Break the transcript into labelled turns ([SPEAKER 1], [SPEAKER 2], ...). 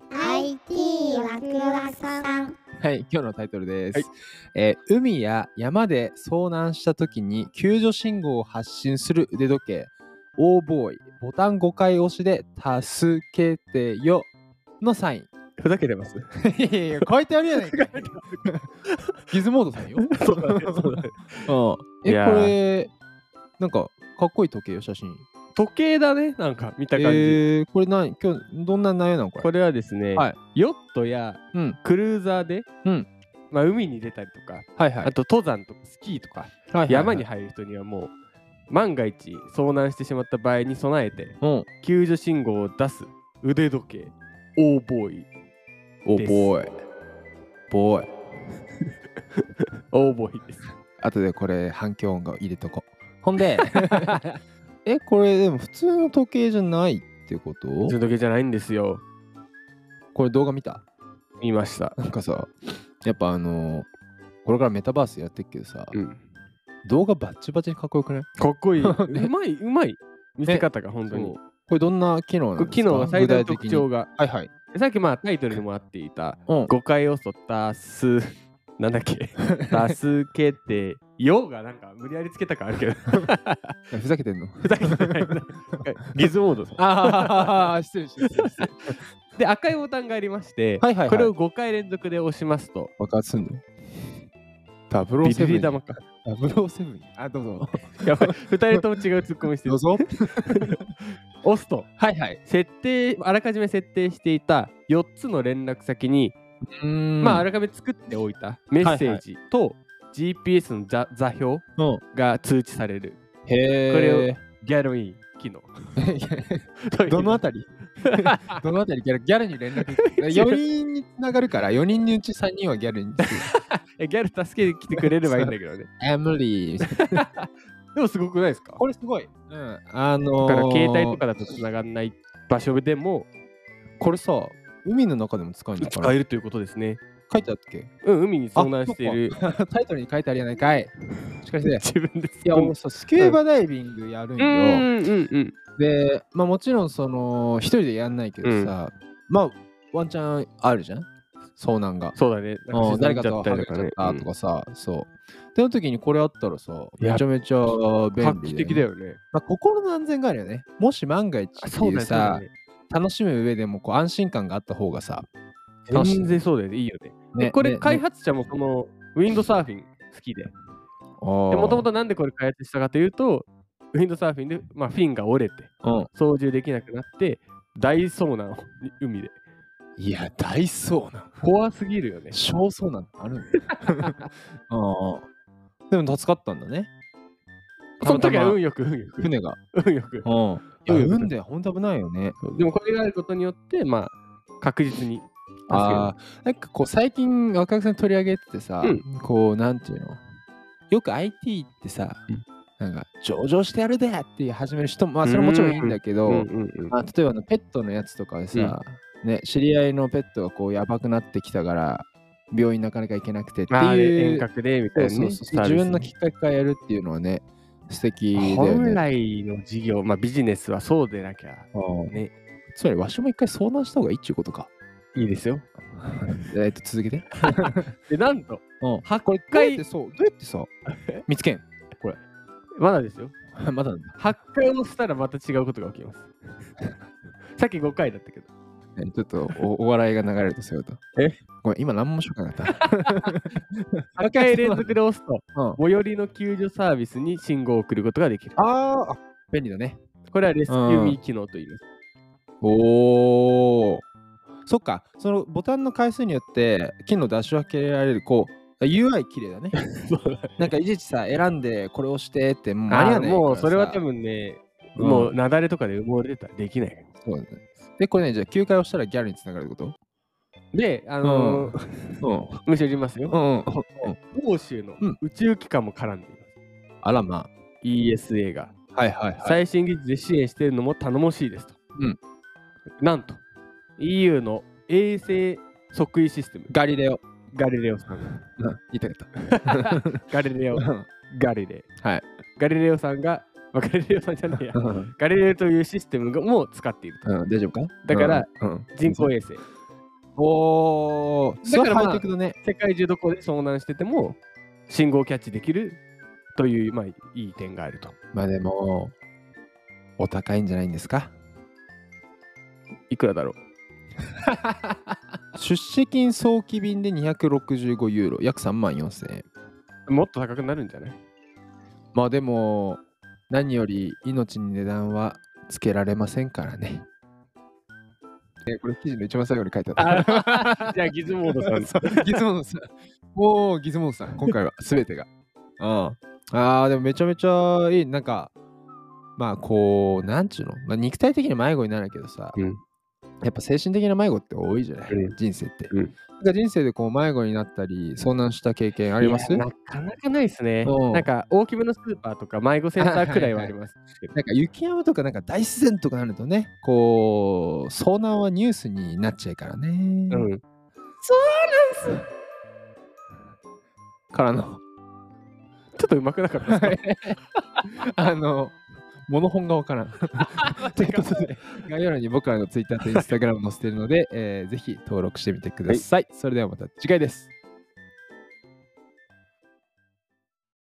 [SPEAKER 1] IT ワクワクさん。
[SPEAKER 2] はい、今日のタイトルです。
[SPEAKER 3] はい
[SPEAKER 2] えー海や山で遭難した時に救助信号を発信する腕時計、オーボーイ、ボタン5回押しで助けてよのサイン。
[SPEAKER 3] ふざけてます。
[SPEAKER 2] いやいやいや、書いてあるやないかい。 ギズモードさんよ。
[SPEAKER 3] そうだね。そうだね。
[SPEAKER 2] うん、
[SPEAKER 3] い
[SPEAKER 2] え、
[SPEAKER 3] やー
[SPEAKER 2] これ、なんか、かっこいい時計よ、写真。
[SPEAKER 3] 時計だね。なんか見た感じ。
[SPEAKER 2] えー、これ何今日、どんな内容なのこれ。
[SPEAKER 3] これはですね、
[SPEAKER 2] はい
[SPEAKER 3] ヨットや
[SPEAKER 2] うん。
[SPEAKER 3] クルーザーで、
[SPEAKER 2] うん
[SPEAKER 3] まあ、海に出たりとか、
[SPEAKER 2] はいはい。
[SPEAKER 3] あと登山とかスキーとか、
[SPEAKER 2] はいはいはい
[SPEAKER 3] 山に入る人にはもう万が一遭難してしまった場合に備えて
[SPEAKER 2] うん。
[SPEAKER 3] 救助信号を出す腕時計オーボーイ
[SPEAKER 2] お
[SPEAKER 3] です
[SPEAKER 2] ボーイ。ボーイ。
[SPEAKER 3] オーボーイ です。
[SPEAKER 2] 後でこれ反響音が入れとこほんで えこれでも普通の時計じゃないってこと
[SPEAKER 3] 腕時計じゃないんですよ。
[SPEAKER 2] これ動画見た
[SPEAKER 3] 見ました。
[SPEAKER 2] なんかさやっぱあのーこれからメタバースやってっけどさ、
[SPEAKER 3] うん、
[SPEAKER 2] 動画バッチバチにかっこよくない
[SPEAKER 3] かっ こいい。うまいうまい見せ方が本当
[SPEAKER 2] そ
[SPEAKER 3] に
[SPEAKER 2] う。これどんな機能なんですか
[SPEAKER 3] 機能は最大の特
[SPEAKER 2] 具体的に
[SPEAKER 3] 徴が
[SPEAKER 2] はいはい、
[SPEAKER 3] さっきまあタイトルにもあっていた
[SPEAKER 2] うん、
[SPEAKER 3] 誤解をそたす なんだ っけ助けてよがなんか無理やりつけたかあるけ ど
[SPEAKER 2] ふざけてんの
[SPEAKER 3] ふざけてないギズモードさん
[SPEAKER 2] ああ失礼失礼失礼
[SPEAKER 3] で赤いボタンがありまして、
[SPEAKER 2] はいはいはい
[SPEAKER 3] これを5回連続で押しますと
[SPEAKER 2] 爆発すんのダブル
[SPEAKER 3] ビ
[SPEAKER 2] セ
[SPEAKER 3] ビ
[SPEAKER 2] ブ
[SPEAKER 3] ビ
[SPEAKER 2] ン
[SPEAKER 3] 玉か
[SPEAKER 2] ダブルセブンあどう ぞ
[SPEAKER 3] やばい2人とも違うツッコミして
[SPEAKER 2] ど
[SPEAKER 3] る
[SPEAKER 2] うぞ
[SPEAKER 3] 押すと
[SPEAKER 2] はいはい
[SPEAKER 3] 設定あらかじめ設定していた4つの連絡先に、
[SPEAKER 2] うーん
[SPEAKER 3] まああらかじめ作っておいたメッセージと GPS の座座標
[SPEAKER 2] うん
[SPEAKER 3] が通知される
[SPEAKER 2] へえ
[SPEAKER 3] これをギャルイン機能 という
[SPEAKER 2] どのあた りどのあたりギャルギャルに連絡 ?4 人につながるから、4人のうち3人はギャルに。
[SPEAKER 3] えギャル助けてきてくれればいいんだけ どね。
[SPEAKER 2] エムリー。
[SPEAKER 3] でもすごくないですか
[SPEAKER 2] これすごい。うん。あ
[SPEAKER 3] だ
[SPEAKER 2] のー、
[SPEAKER 3] から携帯とかだと繋がんない場所でも
[SPEAKER 2] これさ、海の中でも使うんだか
[SPEAKER 3] 使
[SPEAKER 2] ら。
[SPEAKER 3] えるということですね。
[SPEAKER 2] 書いてあったっけ
[SPEAKER 3] うん、海に遭難している
[SPEAKER 2] タイトルに書いてあるやないかい。しかし ね、
[SPEAKER 3] 自分です。
[SPEAKER 2] いや、俺さ、スキューバダイビングやるん
[SPEAKER 3] う
[SPEAKER 2] よ。
[SPEAKER 3] んうんうん。
[SPEAKER 2] で、まあもちろん、その、一人でやんないけどさ、まあ、ワンチャンあるじゃん遭難が。
[SPEAKER 3] そうだね。
[SPEAKER 2] うん誰か
[SPEAKER 3] 沈
[SPEAKER 2] とは
[SPEAKER 3] ん
[SPEAKER 2] ぐれちゃったとかさ、そう。っての時にこれあったらさ、めちゃめちゃ
[SPEAKER 3] うん画
[SPEAKER 2] 便
[SPEAKER 3] 期
[SPEAKER 2] 利
[SPEAKER 3] 的
[SPEAKER 2] で
[SPEAKER 3] だよね。
[SPEAKER 2] まあ、心の安全があるよね。もし万が一っていうさ、
[SPEAKER 3] ね。
[SPEAKER 2] 楽しむ上でもこう安心感があった方がさ、楽しい
[SPEAKER 3] 全然そうだよね。いいよね。
[SPEAKER 2] ね
[SPEAKER 3] でこ
[SPEAKER 2] ね
[SPEAKER 3] れ開発者もそのウィンドサーフィン好きで。
[SPEAKER 2] も
[SPEAKER 3] もともとなんでこれ開発したかというと、ウィンドサーフィンで、まあ、フィンが折れて
[SPEAKER 2] うん、
[SPEAKER 3] 操縦できなくなって大遭難を 海で。
[SPEAKER 2] いや、大層な。
[SPEAKER 3] 怖すぎるよね。
[SPEAKER 2] 小層なんてあるんだようんでも助かったんだね。
[SPEAKER 3] その時は
[SPEAKER 2] たまたま
[SPEAKER 3] 運よく運よく
[SPEAKER 2] 船が。
[SPEAKER 3] 運よく
[SPEAKER 2] う。ん。い
[SPEAKER 3] 運
[SPEAKER 2] や、
[SPEAKER 3] よく
[SPEAKER 2] 運でほんと危ないよね。
[SPEAKER 3] でもこれがあることによってまあ確実に
[SPEAKER 2] あーなんかこう最近若草さん取り上げててさ、
[SPEAKER 3] うん
[SPEAKER 2] こうなんていうのよく IT ってさ、なんか上場してやるでっていう始める人もまあそれはもちろんいいんだけど、
[SPEAKER 3] うんうんうん
[SPEAKER 2] まあ、例えばあのペットのやつとかでさ、ね、知り合いのペットがこうやばくなってきたから病院なかなか行けなくてって
[SPEAKER 3] まあ
[SPEAKER 2] い
[SPEAKER 3] 遠
[SPEAKER 2] う,、
[SPEAKER 3] 隔でみ
[SPEAKER 2] そ
[SPEAKER 3] たいうな
[SPEAKER 2] そ
[SPEAKER 3] ね
[SPEAKER 2] うそう自分のきっかけからやるっていうのはね素敵だよ
[SPEAKER 3] 本
[SPEAKER 2] ね。
[SPEAKER 3] 来の事業まあビジネスはそうでなきゃ
[SPEAKER 2] うん
[SPEAKER 3] ね
[SPEAKER 2] つまりわしも一回相談した方がいいっちゅうこと か。
[SPEAKER 3] いいですよ
[SPEAKER 2] えっと続けて。
[SPEAKER 3] でなんと
[SPEAKER 2] うん、
[SPEAKER 3] 8
[SPEAKER 2] これどうやっ
[SPEAKER 3] 回
[SPEAKER 2] てそうどうやってさ見つけん
[SPEAKER 3] まだですよ
[SPEAKER 2] まだなんだ、
[SPEAKER 3] 8回押したらまた違うことが起きます さっき5回だったけど
[SPEAKER 2] ねちょっとおお笑いが流れるとそういうこと
[SPEAKER 3] え
[SPEAKER 2] ごめん今何も面白くなかった
[SPEAKER 3] 8回連続で押すと
[SPEAKER 2] うん
[SPEAKER 3] 最寄りの救助サービスに信号を送ることができる
[SPEAKER 2] あーあ便利だね
[SPEAKER 3] これはレスキューミー機能と言います
[SPEAKER 2] おおそっかそのボタンの回数によって機能出し分けられるこう UI 綺麗 だねなんかいちいちさ選んでこれ押してってもう間に合わない
[SPEAKER 3] あーもう
[SPEAKER 2] からさ
[SPEAKER 3] それは多分ね
[SPEAKER 2] うん
[SPEAKER 3] もう雪崩とかで埋もれてたらできない
[SPEAKER 2] そうだねでこれねじゃあ9回押したらギャルにつながるってこ
[SPEAKER 3] で、あのー
[SPEAKER 2] と
[SPEAKER 3] むしろ言いますよ。
[SPEAKER 2] うんうん
[SPEAKER 3] 欧州の
[SPEAKER 2] うん
[SPEAKER 3] 宇宙機関も絡んでいます。
[SPEAKER 2] あらま
[SPEAKER 3] ESA が、
[SPEAKER 2] あはいはいはい
[SPEAKER 3] 最新技術で支援しているのも頼もしいですと。
[SPEAKER 2] うん
[SPEAKER 3] なんと EU の衛星測位システム、
[SPEAKER 2] ガリレオ、
[SPEAKER 3] ガリレオさん。
[SPEAKER 2] うん、言いたかっ
[SPEAKER 3] ガリレオ、
[SPEAKER 2] た
[SPEAKER 3] ガリレ
[SPEAKER 2] はい
[SPEAKER 3] イ。ガリレオさんが、まあガリレオさんじゃないや
[SPEAKER 2] う。ん
[SPEAKER 3] ガリレオというシステムがもう使っていると。
[SPEAKER 2] うん、大丈夫か
[SPEAKER 3] だから、
[SPEAKER 2] うんうん
[SPEAKER 3] 人工衛星、
[SPEAKER 2] おお、すごい
[SPEAKER 3] だからまあ
[SPEAKER 2] ハイテクだね。
[SPEAKER 3] 世界中どこで遭難してても信号をキャッチできるという、まあ、いい点があると。
[SPEAKER 2] まあでも、お高いんじゃないんですか
[SPEAKER 3] いく らだろう
[SPEAKER 2] 出資金早期便で265ユーロ、約3万4000円。
[SPEAKER 3] もっと高くなるんじゃない
[SPEAKER 2] まあでも、何より命に値段はつけられませんからね。えこれ記事の一番最後に書いてあった。
[SPEAKER 3] じゃあギズモードさ ん
[SPEAKER 2] ギズモードさん。もうギズモードさん、今回は全てが。うん。ああ、でもめちゃめちゃいい。なんか、まあこう、なんちゅうの、まあ、肉体的に迷子になるけどさ、
[SPEAKER 3] うん
[SPEAKER 2] やっぱ精神的な迷子って多いじゃない、
[SPEAKER 3] うん
[SPEAKER 2] 人生って。
[SPEAKER 3] うん
[SPEAKER 2] なんか人生でこう迷子になったり、遭難した経験あります
[SPEAKER 3] い
[SPEAKER 2] な
[SPEAKER 3] や
[SPEAKER 2] ん
[SPEAKER 3] なかなかないですね
[SPEAKER 2] うん。
[SPEAKER 3] なんか大きめのスーパーとか迷子センターくらいはあり ますけど。
[SPEAKER 2] か雪山とかなんか大自然とかなるとね、こう、遭難はニュースになっちゃうからね。
[SPEAKER 3] うん。
[SPEAKER 2] からの、
[SPEAKER 3] ちょっとうまくなかったですね。
[SPEAKER 2] あの、物本がわからん。 ということで、概要欄に僕らの Twitter と Instagram も載せているので、えーぜひ登録してみてください。それではまた次回です。